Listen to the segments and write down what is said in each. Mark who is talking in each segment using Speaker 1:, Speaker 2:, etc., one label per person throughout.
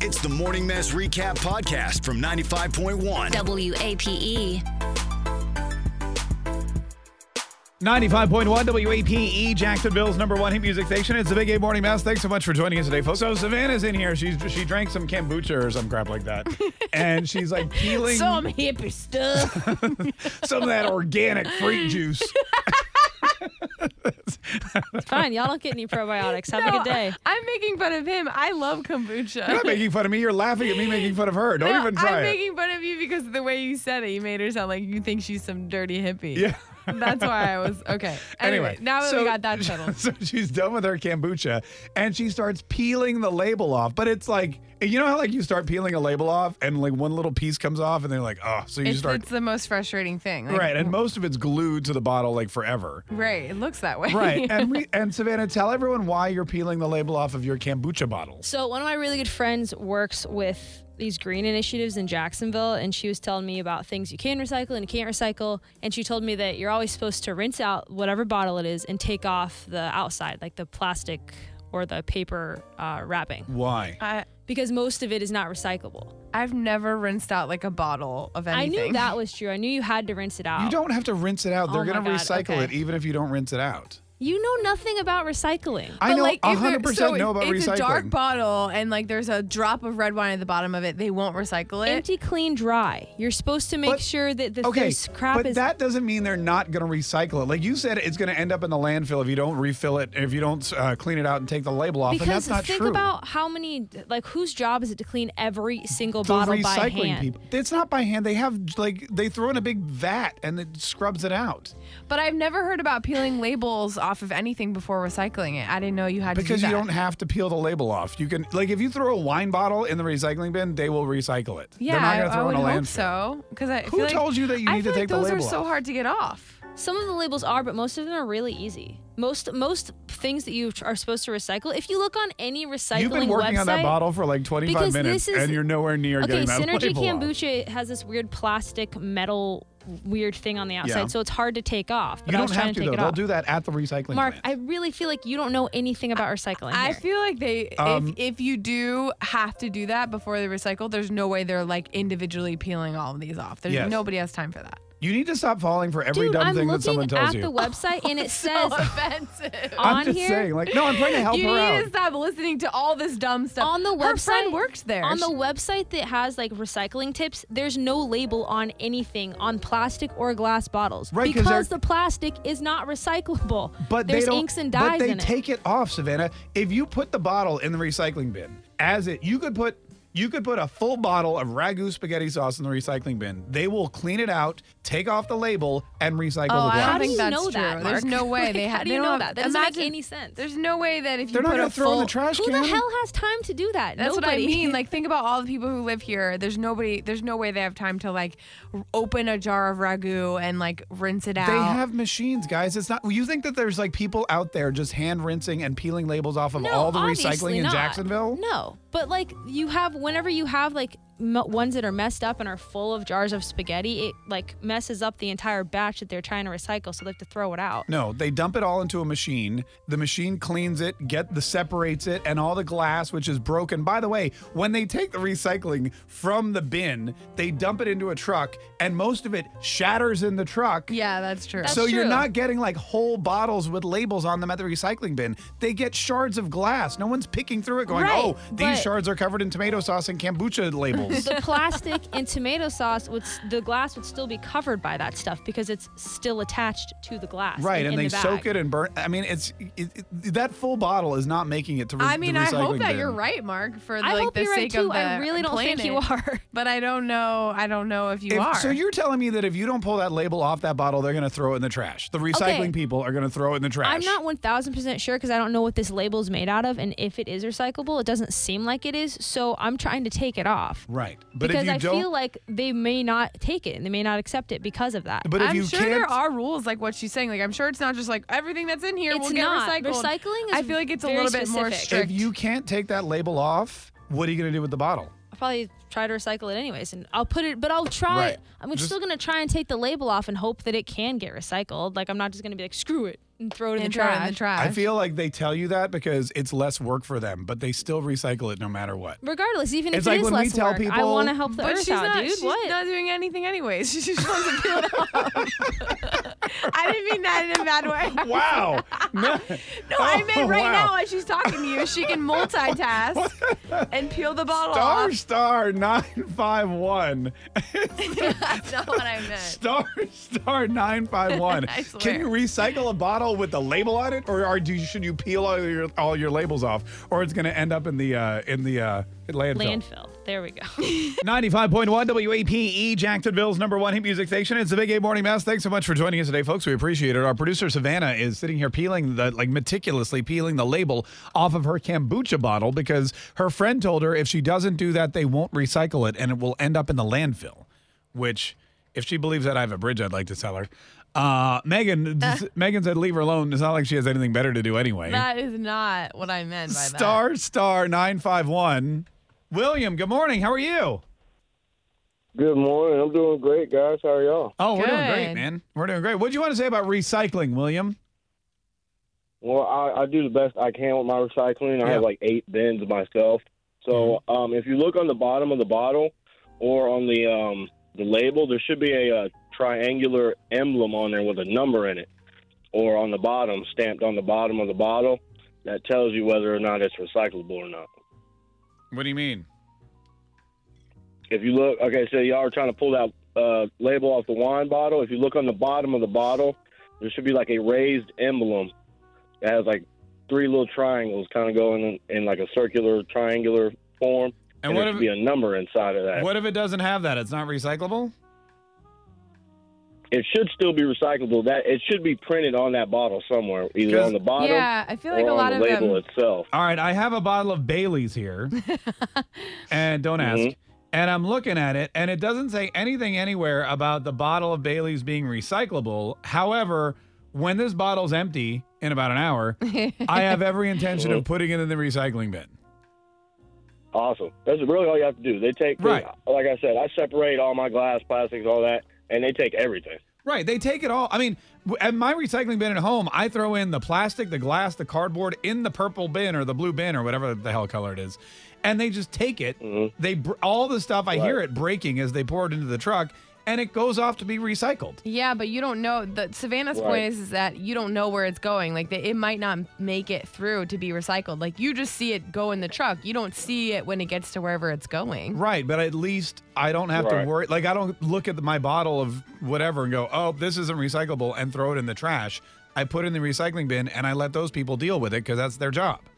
Speaker 1: It's the Morning Mess Recap Podcast from 95.1.
Speaker 2: E.
Speaker 3: WAPE.
Speaker 4: 95.1 WAPE, E, Jacksonville's number one hit music station. It's the Big A Morning Mass. Thanks so much for joining us today, folks. So Savannah's in here. She's she drank some kombucha or some crap like that, and she's like peeling
Speaker 5: Some hippie stuff.
Speaker 4: some of that organic fruit juice.
Speaker 6: Fine, y'all don't get any probiotics. Have a good day.
Speaker 5: I'm making fun of him. I love kombucha.
Speaker 4: You're not making fun of me. You're laughing at me making fun of her. Don't
Speaker 5: No,
Speaker 4: even
Speaker 5: I'm
Speaker 4: try it.
Speaker 5: making fun of you because of the way you said it. You made her sound like you think she's some dirty hippie.
Speaker 4: Yeah.
Speaker 5: That's why I was okay. Anyway,
Speaker 4: Anyway,
Speaker 5: now that
Speaker 4: so-
Speaker 5: we got that settled.
Speaker 4: So she's done with her kombucha and she starts peeling the label off. But it's like, you know how like you start peeling a label off and like one little piece comes off and they're like, oh, so you
Speaker 5: It's,
Speaker 4: start.
Speaker 5: it's the most frustrating thing. Like,
Speaker 4: Right. And most of it's glued to the bottle like forever.
Speaker 5: Right. It looks that way.
Speaker 4: Right. And we, and Savannah, tell everyone why you're peeling the label off of your kombucha bottles.
Speaker 6: So one of my really good friends works with these green initiatives in Jacksonville, and she was telling me about things you can recycle and you can't recycle. And she told me that you're always supposed to rinse out whatever bottle it is and take off the outside, like the plastic or the paper uh,
Speaker 4: Mm.
Speaker 6: wrapping,
Speaker 4: Why?
Speaker 5: I,
Speaker 6: because most of it is not recyclable.
Speaker 5: I've never rinsed out like a bottle of anything.
Speaker 6: I knew that was true. I knew you had to rinse it out.
Speaker 4: You don't have to rinse it out. They're
Speaker 6: Oh my
Speaker 4: going to
Speaker 6: God,
Speaker 4: recycle
Speaker 6: okay.
Speaker 4: it even if you don't rinse it out.
Speaker 6: You know nothing about recycling.
Speaker 4: I
Speaker 5: But,
Speaker 4: know
Speaker 5: like, if they're-
Speaker 4: 100%
Speaker 5: so
Speaker 4: know about
Speaker 5: it's
Speaker 4: recycling.
Speaker 5: a dark bottle and like there's a drop of red wine at the bottom of it. They won't recycle it.
Speaker 6: Empty, clean, dry. You're supposed to make
Speaker 4: But-
Speaker 6: sure that the
Speaker 4: okay,
Speaker 6: this crap
Speaker 4: but
Speaker 6: is
Speaker 4: that doesn't mean they're not going to recycle it. Like you said, it's going to end up in the landfill if you don't refill it, if you don't uh, clean it out and take the label off.
Speaker 6: Because
Speaker 4: and that's not
Speaker 6: think
Speaker 4: true.
Speaker 6: about how many, like, whose job is it to clean every single
Speaker 4: the
Speaker 6: bottle by
Speaker 4: recycling
Speaker 6: hand?
Speaker 4: people. It's not by hand. They have like they throw in a big vat and it scrubs it out.
Speaker 5: But I've never heard about peeling labels off of anything before recycling it. I didn't know you had
Speaker 4: Because
Speaker 5: to
Speaker 4: you
Speaker 5: do that.
Speaker 4: don't have to peel the label off. You can like if you throw a wine bottle in the recycling bin, they will recycle it.
Speaker 5: yeah,
Speaker 4: They're not
Speaker 5: I-
Speaker 4: gonna
Speaker 5: I,
Speaker 4: throw
Speaker 5: would
Speaker 4: it in a landfill.
Speaker 5: hope so. Because I
Speaker 4: Who
Speaker 5: feel like-
Speaker 4: told you that you
Speaker 5: I
Speaker 4: need to
Speaker 5: feel
Speaker 4: take
Speaker 5: like
Speaker 4: the
Speaker 5: those are
Speaker 4: label
Speaker 5: so
Speaker 4: off?
Speaker 5: hard to get off.
Speaker 6: Some of the labels are, but most of them are really easy. Most most things that you are supposed to recycle, if you look on any recycling
Speaker 4: You've been working
Speaker 6: website,
Speaker 4: on that bottle for like 25
Speaker 6: Because
Speaker 4: minutes
Speaker 6: this is-
Speaker 4: and you're nowhere near
Speaker 6: okay,
Speaker 4: getting that
Speaker 6: Synergy
Speaker 4: label off.
Speaker 6: kombucha has this weird plastic metal weird thing on the outside, so it's hard to take off. But
Speaker 4: You
Speaker 6: I
Speaker 4: don't
Speaker 6: was trying
Speaker 4: have to,
Speaker 6: to take
Speaker 4: though.
Speaker 6: it
Speaker 4: They'll
Speaker 6: off.
Speaker 4: do that at the recycling
Speaker 6: Mark,
Speaker 4: plant.
Speaker 6: I really feel like you don't know anything about recycling.
Speaker 5: I
Speaker 6: here.
Speaker 5: feel like they,
Speaker 4: Um,
Speaker 5: if, if you do have to do that before they recycle, there's no way they're like individually peeling all of these off. There's
Speaker 4: Yes.
Speaker 5: nobody has time for that.
Speaker 4: you need to stop falling for every
Speaker 6: Dude,
Speaker 4: dumb
Speaker 6: I'm
Speaker 4: thing
Speaker 6: looking
Speaker 4: that someone tells
Speaker 6: at
Speaker 4: you.
Speaker 6: the website and it
Speaker 5: So
Speaker 6: says
Speaker 5: offensive.
Speaker 4: I'm
Speaker 6: on
Speaker 4: just
Speaker 6: here.
Speaker 4: saying, like, no, I'm trying to help
Speaker 5: you
Speaker 4: her
Speaker 5: need
Speaker 4: out.
Speaker 5: to stop listening to all this dumb stuff.
Speaker 6: on the website
Speaker 5: Her friend works there.
Speaker 6: on the
Speaker 5: She-
Speaker 6: website that has like recycling tips there's no label on anything on plastic or glass bottles
Speaker 4: Right, 'cause
Speaker 6: because
Speaker 4: they're-
Speaker 6: the plastic is not recyclable
Speaker 4: But
Speaker 6: there's
Speaker 4: they don't,
Speaker 6: inks and
Speaker 4: but
Speaker 6: dyes
Speaker 4: they
Speaker 6: in it
Speaker 4: take it. off, Savannah. If you put the bottle in the recycling bin as it, you could put you could put a full bottle of ragu spaghetti sauce in the recycling bin. They will clean it out, take off the label, and recycle
Speaker 5: Oh,
Speaker 4: the
Speaker 5: I
Speaker 4: glass.
Speaker 5: don't
Speaker 6: do
Speaker 5: think
Speaker 6: you
Speaker 5: that's
Speaker 6: know
Speaker 5: true.
Speaker 6: that,
Speaker 5: There's
Speaker 6: Mark?
Speaker 5: no way they
Speaker 6: Like,
Speaker 5: have.
Speaker 6: how do you know that? That doesn't make any sense.
Speaker 5: There's no way that if you
Speaker 4: They're not
Speaker 5: put
Speaker 4: going
Speaker 5: a
Speaker 4: to throw in
Speaker 5: full,
Speaker 4: the trash
Speaker 6: who
Speaker 4: can.
Speaker 6: the hell has time to do that
Speaker 5: That's
Speaker 6: Nobody.
Speaker 5: what I mean. Like, think about all the people who live here. There's nobody. There's no way they have time to like r- open a jar of ragu and like rinse it out.
Speaker 4: They have machines, guys. It's not. You think that there's like people out there just hand rinsing and peeling labels off of
Speaker 6: no,
Speaker 4: all the
Speaker 6: obviously
Speaker 4: recycling in
Speaker 6: not.
Speaker 4: Jacksonville?
Speaker 6: no but like you have whenever you have like m- ones that are messed up and are full of jars of spaghetti it like messes up the entire batch that they're trying to recycle so they have to throw it out
Speaker 4: No, they dump it all into a machine. The machine cleans it, get the separates it, and all the glass which is broken. By the way, when they take the recycling from the bin, they dump it into a truck, and most of it shatters in the truck.
Speaker 5: Yeah, that's true.
Speaker 4: so you're
Speaker 6: true.
Speaker 4: not getting like whole bottles with labels on them at the recycling bin. They get shards of glass. No one's picking through it, going,
Speaker 6: Right,
Speaker 4: "Oh,
Speaker 6: but-
Speaker 4: these shards are covered in tomato sauce and kombucha labels."
Speaker 6: the plastic and tomato sauce would s- the glass would still be covered by that stuff because it's still attached to the glass.
Speaker 4: right,
Speaker 6: in-
Speaker 4: and
Speaker 6: in
Speaker 4: they
Speaker 6: the bag.
Speaker 4: soak it and burn. I mean, it's it, it- that full bottle is not making it to. Re-
Speaker 5: I
Speaker 4: the
Speaker 5: mean, I hope
Speaker 4: recycling
Speaker 5: that
Speaker 4: bin.
Speaker 5: you're right, Mark. For
Speaker 6: I
Speaker 5: like
Speaker 6: hope
Speaker 5: the
Speaker 6: you're right
Speaker 5: sake
Speaker 6: too.
Speaker 5: of the
Speaker 6: I really don't think you
Speaker 5: planet.
Speaker 6: are.
Speaker 5: But I don't know. I don't know if you
Speaker 4: If-
Speaker 5: are.
Speaker 4: So you're telling me that if you don't pull that label off that bottle, they're going to throw it in the trash. The recycling
Speaker 6: Okay.
Speaker 4: people are going to throw it in the trash.
Speaker 6: I'm not 1000% sure because I don't know what this label's made out of and if it is recyclable, it doesn't seem like it is. So I'm trying to take it off.
Speaker 4: right, but
Speaker 6: because
Speaker 4: if you
Speaker 6: I
Speaker 4: don't,
Speaker 6: feel like they may not take it and they may not accept it because of that.
Speaker 4: but if
Speaker 5: I'm
Speaker 4: you
Speaker 5: sure
Speaker 4: can't,
Speaker 5: there are rules like what she's saying. Like I'm sure it's not just like everything that's in here
Speaker 6: It's
Speaker 5: will get
Speaker 6: not.
Speaker 5: recycled.
Speaker 6: Recycling is
Speaker 5: I feel like it's a
Speaker 6: very
Speaker 5: little bit more
Speaker 6: specific.
Speaker 4: if
Speaker 5: strict.
Speaker 4: you can't take that label off, what are you going to do with the bottle?
Speaker 6: I'll probably try to recycle it anyways, and I'll put it. But I'll try.
Speaker 4: Right.
Speaker 6: I'm
Speaker 4: Just-
Speaker 6: still gonna try and take the label off and hope that it can get recycled. Like I'm not just gonna be like screw it and throw it in
Speaker 5: and
Speaker 6: the
Speaker 5: throw it
Speaker 6: trash.
Speaker 5: in the trash.
Speaker 4: I feel like they tell you that because it's less work for them, but they still recycle it no matter what.
Speaker 6: Regardless, even
Speaker 4: It's
Speaker 6: if
Speaker 4: like
Speaker 6: it is
Speaker 4: when we
Speaker 6: less
Speaker 4: tell
Speaker 6: work, I
Speaker 4: people-
Speaker 6: want to help the
Speaker 5: but
Speaker 6: earth
Speaker 5: she's
Speaker 6: out,
Speaker 5: not,
Speaker 6: dude.
Speaker 5: she's
Speaker 6: what?
Speaker 5: not doing anything anyways. She just wants to peel it off. I didn't mean that in a bad way.
Speaker 4: Wow. no,
Speaker 5: No, I meant right now as she's talking to you, she can multitask and peel the bottle
Speaker 4: Star
Speaker 5: off.
Speaker 4: star 951.
Speaker 5: That's not what I meant.
Speaker 4: Star star 951.
Speaker 5: I
Speaker 4: Can you
Speaker 5: swear.
Speaker 4: recycle a bottle with the label on it or are do you, should you peel all your all your labels off or it's going to end up in the uh in the uh landfill.
Speaker 6: Landfill. There we go.
Speaker 4: 95.1 WAPE, E, Jacksonville's number one hit music station. It's the Big A Morning Mass. Thanks so much for joining us today, folks. We appreciate it. Our producer, Savannah, is sitting here peeling the, like, meticulously peeling the label off of her kombucha bottle because her friend told her if she doesn't do that, they won't recycle it and it will end up in the landfill, which, if she believes that I have a bridge, I'd like to sell her. Uh, Megan, Megan said leave her alone. It's not like she has anything better to do anyway.
Speaker 5: That is not what I meant by that.
Speaker 4: Star Star 951. William, good morning. How are you?
Speaker 3: Good morning. I'm doing great, guys. How are y'all?
Speaker 4: Oh, we're doing great,
Speaker 5: Good.
Speaker 4: man. We're doing great. What do you want to say about recycling, William?
Speaker 3: Well, I, I do the best I can with my recycling. I
Speaker 4: Yeah.
Speaker 3: have like eight bins myself. So um, if you look on the bottom of the bottle or on the um, the label, there should be a, uh triangular emblem on there with a number in it, or on the bottom, stamped on the bottom of the bottle, that tells you whether or not it's recyclable or not.
Speaker 4: What do you mean?
Speaker 3: If you look, okay, so y'all are trying to pull that uh, label off the wine bottle. If you look on the bottom of the bottle, there should be like a raised emblem that has like three little triangles kind of going in, in like a circular triangular form.
Speaker 4: And
Speaker 3: And,
Speaker 4: what
Speaker 3: there
Speaker 4: if-
Speaker 3: should be a number inside of that.
Speaker 4: What if it doesn't have that? It's not recyclable?
Speaker 3: It should still be recyclable. That it should be printed on that bottle somewhere, either
Speaker 4: 'Cause-
Speaker 3: on the bottom
Speaker 5: Yeah, I feel
Speaker 3: or
Speaker 5: like a
Speaker 3: on
Speaker 5: lot
Speaker 3: the
Speaker 5: of
Speaker 3: label
Speaker 5: them.
Speaker 3: itself.
Speaker 4: All right, I have a bottle of Bailey's here. and don't ask.
Speaker 3: Mhm.
Speaker 4: And I'm looking at it, and it doesn't say anything anywhere about the bottle of Bailey's being recyclable. However, when this bottle's empty in about an hour, I have every intention of putting it in the recycling bin.
Speaker 3: Awesome. That's really all you have to do. They take,
Speaker 4: Right.
Speaker 3: like I said, I separate all my glass, plastics, all that, and they take everything.
Speaker 4: Right. They take it all. I mean, w- at my recycling bin at home, I throw in the plastic, the glass, the cardboard in the purple bin or the blue bin or whatever the hell color it is. And they just take it. They br- all the stuff I hear it breaking as they pour it into the truck and it goes off to be recycled.
Speaker 5: Yeah, but you don't know. The Savannah's
Speaker 3: Right.
Speaker 5: point is, is that you don't know where it's going. Like they, it might not make it through to be recycled. Like you just see it go in the truck. You don't see it when it gets to wherever it's going.
Speaker 4: Right, but at least I don't have
Speaker 3: Right.
Speaker 4: to worry. Like I don't look at my bottle of whatever and go, "Oh, this isn't recyclable," and throw it in the trash. I put it in the recycling bin and I let those people deal with it because that's their job.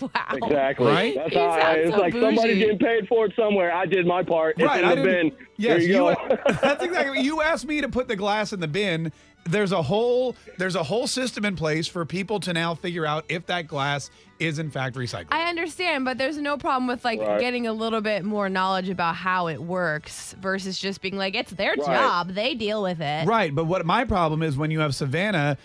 Speaker 5: Wow.
Speaker 3: Exactly.
Speaker 4: Right?
Speaker 3: That's
Speaker 5: You
Speaker 3: how I,
Speaker 5: sound
Speaker 3: it's
Speaker 5: so
Speaker 3: like somebody's
Speaker 5: bougie.
Speaker 3: getting paid for it somewhere. I did my part. It's in the
Speaker 4: didn't-
Speaker 3: bin.
Speaker 4: Yes,
Speaker 3: There you, go.
Speaker 4: that's exactly. You asked me to put the glass in the bin. There's a whole there's a whole system in place for people to now figure out if that glass is in fact recycled.
Speaker 5: I understand, but there's no problem with like
Speaker 3: Right.
Speaker 5: getting a little bit more knowledge about how it works versus just being like, it's their
Speaker 3: Right.
Speaker 5: job. They deal with it.
Speaker 4: right, but what my problem is when you have Savannah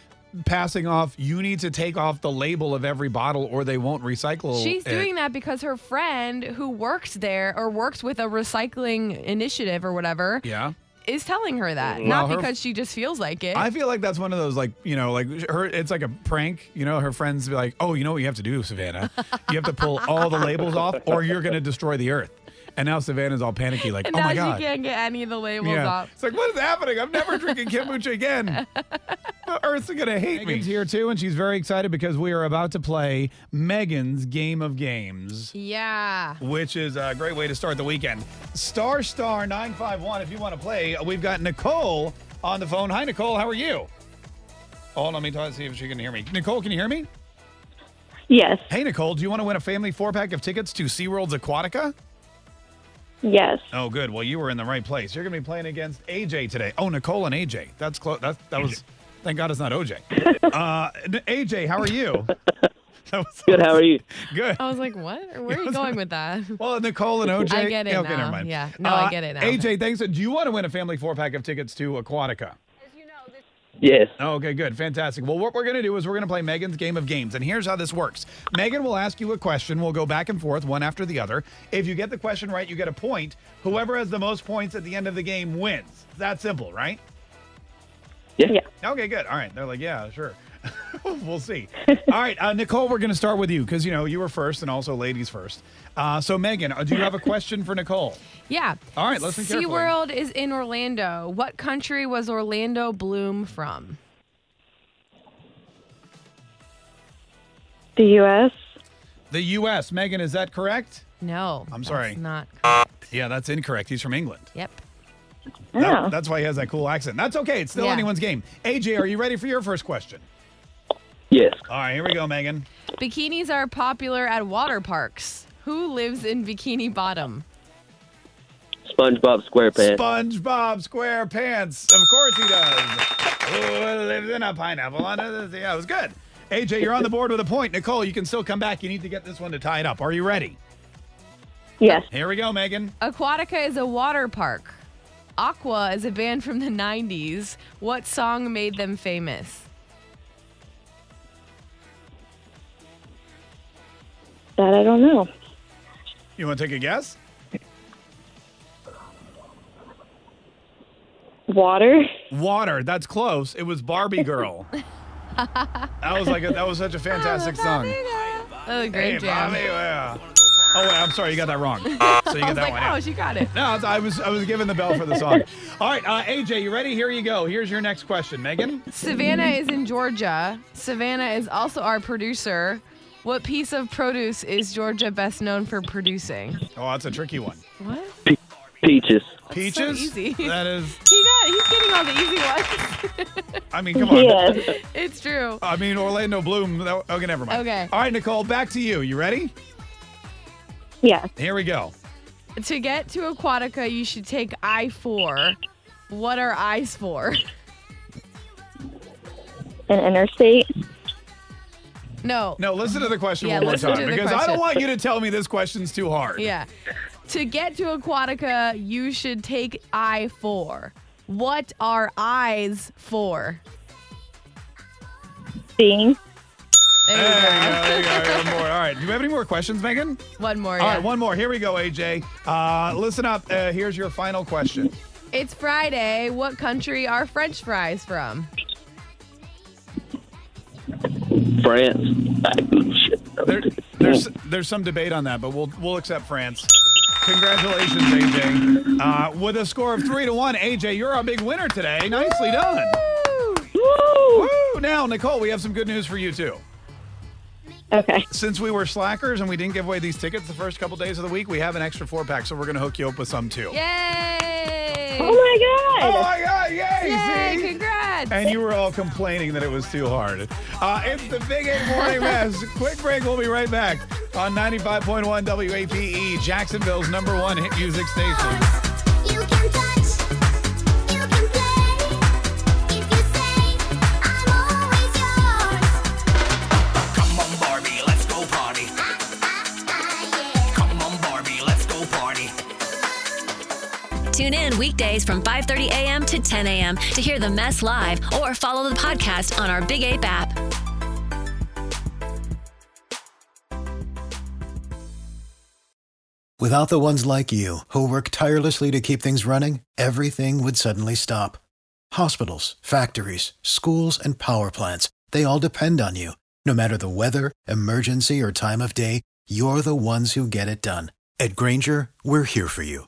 Speaker 4: passing off, you need to take off the label of every bottle or they won't recycle.
Speaker 5: She's
Speaker 4: it.
Speaker 5: doing that because her friend who works there or works with a recycling initiative or whatever
Speaker 4: Yeah.
Speaker 5: is telling her that.
Speaker 3: Mm-hmm.
Speaker 4: Well,
Speaker 5: Not
Speaker 4: her-
Speaker 5: because she just feels like it.
Speaker 4: I feel like that's one of those like you know like her it's like a prank you know her friends be like oh you know what you have to do Savannah you have to pull all the labels off or you're gonna destroy the earth and now Savannah's all panicky like
Speaker 5: and
Speaker 4: oh
Speaker 5: now
Speaker 4: my god
Speaker 5: she can't get any of the labels off.
Speaker 4: It's like, what is happening? I'm never drinking kombucha again. The Earth's gonna hate me. Megan's here too, and she's very excited because we are about to play Megan's Game of Games,
Speaker 5: Yeah.
Speaker 4: which is a great way to start the weekend. Star Star nine five one. If you want to play, uh, we've got Nicole on the phone. Hi, Nicole. How are you? Hold on, let me talk, see if she can hear me. Nicole, can you hear me?
Speaker 7: Yes,
Speaker 4: Hey, Nicole, do you want to win a family four pack of tickets to SeaWorld's Aquatica?
Speaker 7: yes.
Speaker 4: Oh, good. Well, you were in the right place. You're going to be playing against AJ today. Oh, Nicole and AJ. That's close. That that was. Thank God it's not OJ. Uh, n- AJ, how are you? That was-
Speaker 3: Good. How are you?
Speaker 4: Good.
Speaker 5: I was like, what? Where are you going with that?
Speaker 4: Well, Nicole and OJ.
Speaker 5: I get it
Speaker 4: yeah, okay,
Speaker 5: now.
Speaker 4: never mind. Uh,
Speaker 5: Yeah. No, I get it now.
Speaker 4: AJ, thanks. Do you want to win a family four pack of tickets to Aquatica?
Speaker 3: Yes.
Speaker 4: Okay, good. Fantastic. Well, what we're going to do is we're going to play Megan's game of games. And here's how this works Megan will ask you a question. We'll go back and forth, one after the other. If you get the question right, you get a point. Whoever has the most points at the end of the game wins. That simple, right?
Speaker 7: Yeah.
Speaker 4: Okay, good. All right. They're like, yeah, sure. we'll see. All right, uh, Nicole, we're going to start with you because, you know, you were first and also ladies first. Uh, so, Megan, uh, do you have a question for Nicole?
Speaker 5: Yeah.
Speaker 4: All right, listen carefully.
Speaker 5: SeaWorld is in Orlando. What country was Orlando Bloom from?
Speaker 7: The U.S.
Speaker 4: The U.S. Megan, is that correct?
Speaker 5: No.
Speaker 4: I'm
Speaker 5: that's
Speaker 4: sorry.
Speaker 5: Not. correct.
Speaker 4: Yeah, that's incorrect. He's from England.
Speaker 5: Yep.
Speaker 4: That-
Speaker 7: Oh.
Speaker 4: that's why he has that cool accent. That's okay. It's still
Speaker 5: Yeah.
Speaker 4: anyone's game. AJ, are you ready for your first question?
Speaker 3: Yes.
Speaker 4: All right, here we go, Megan.
Speaker 5: Bikinis are popular at water parks. Who lives in Bikini Bottom?
Speaker 3: SpongeBob SquarePants.
Speaker 4: SpongeBob SquarePants. Of course he does. Who lives in a pineapple under the sea? Yeah, it was good. AJ, you're on the board with a point. Nicole, you can still come back. You need to get this one to tie it up. Are you ready?
Speaker 7: Yes.
Speaker 4: Here we go, Megan.
Speaker 5: Aquatica is a water park. Aqua is a band from the 90s. What song made them famous?
Speaker 7: That I don't know.
Speaker 4: You want to take a guess?
Speaker 7: Water.
Speaker 4: Water. That's close. It was Barbie Girl. that was like a, that was such a fantastic song.
Speaker 5: Oh, great
Speaker 4: Hey,
Speaker 5: jam.
Speaker 4: Bobby, yeah. Oh wait, I'm sorry, you got that wrong. So you
Speaker 5: I
Speaker 4: got
Speaker 5: was
Speaker 4: that
Speaker 5: like,
Speaker 4: one.
Speaker 5: oh,
Speaker 4: out.
Speaker 5: she got it.
Speaker 4: No, I was- I was I was given the bell for the song. All right, uh, AJ, you ready? Here you go. Here's your next question, Megan.
Speaker 5: Savannah is in Georgia. Savannah is also our producer. What piece of produce is Georgia best known for producing?
Speaker 4: Oh, that's a tricky one.
Speaker 5: What?
Speaker 3: Peaches.
Speaker 4: Peaches.
Speaker 5: easy.
Speaker 4: That is.
Speaker 5: He got he's getting all the easy ones.
Speaker 4: I mean, come on.
Speaker 7: Yes.
Speaker 5: it's true.
Speaker 4: I mean, Orlando Bloom. that- Okay, never mind.
Speaker 5: Okay.
Speaker 4: All right, Nicole, back to you. You ready?
Speaker 7: yes.
Speaker 4: Here we go.
Speaker 5: To get to Aquatica, you should take I four. What are eyes for?
Speaker 7: An interstate.
Speaker 5: No.
Speaker 4: No, listen to the question
Speaker 5: Yeah,
Speaker 4: one more
Speaker 5: listen to
Speaker 4: time
Speaker 5: the
Speaker 4: because I don't
Speaker 5: question.
Speaker 4: want you to tell me this question's too hard.
Speaker 5: Yeah. To get to Aquatica, you should take I four. What are eyes for?
Speaker 7: Seeing.
Speaker 5: There
Speaker 4: There you
Speaker 5: you
Speaker 4: go. There
Speaker 5: go.
Speaker 4: you go. One more. All right. Do you have any more questions, Megan?
Speaker 5: One more.
Speaker 4: All
Speaker 5: yeah.
Speaker 4: right, one more. Here we go, AJ. Uh, listen up. Uh, here's your final question.
Speaker 5: It's Friday. What country are French fries from?
Speaker 3: France.
Speaker 4: There, there's there's some debate on that, but we'll we'll accept France. Congratulations, AJ. Uh, with a score of three to one, AJ, you're our big winner today. Nicely done. Woo! Now, Nicole, we have some good news for you too.
Speaker 7: Okay.
Speaker 4: Since we were slackers and we didn't give away these tickets the first couple days of the week, we have an extra four pack, so we're gonna hook you up with some too.
Speaker 5: Yay!
Speaker 7: Oh my
Speaker 4: Oh
Speaker 7: God.
Speaker 4: my God! Yay!
Speaker 5: Yay!
Speaker 4: see?
Speaker 5: Congrats!
Speaker 4: And you were all complaining that it was too hard. Uh, it's the Big Eight Morning Mess. Quick break. We'll be right back on 95.1 WAPE, E, Jacksonville's number one hit music station.
Speaker 8: You can touch, you can play. If you say, I'm always yours.
Speaker 9: Come on, Barbie, let's go party.
Speaker 8: Ah,
Speaker 9: Come on, Barbie, let's go party.
Speaker 2: Tune in weekdays from 5:30 a.m. to 10 a.m. to hear the mess live or follow the podcast on our Big Ape app.
Speaker 10: Without the ones like you, who work tirelessly to keep things running, everything would suddenly stop. Hospitals, factories, schools, and power plants, they all depend on you. No matter the weather, emergency, or time of day, you're the ones who get it done. At Granger, we're here for you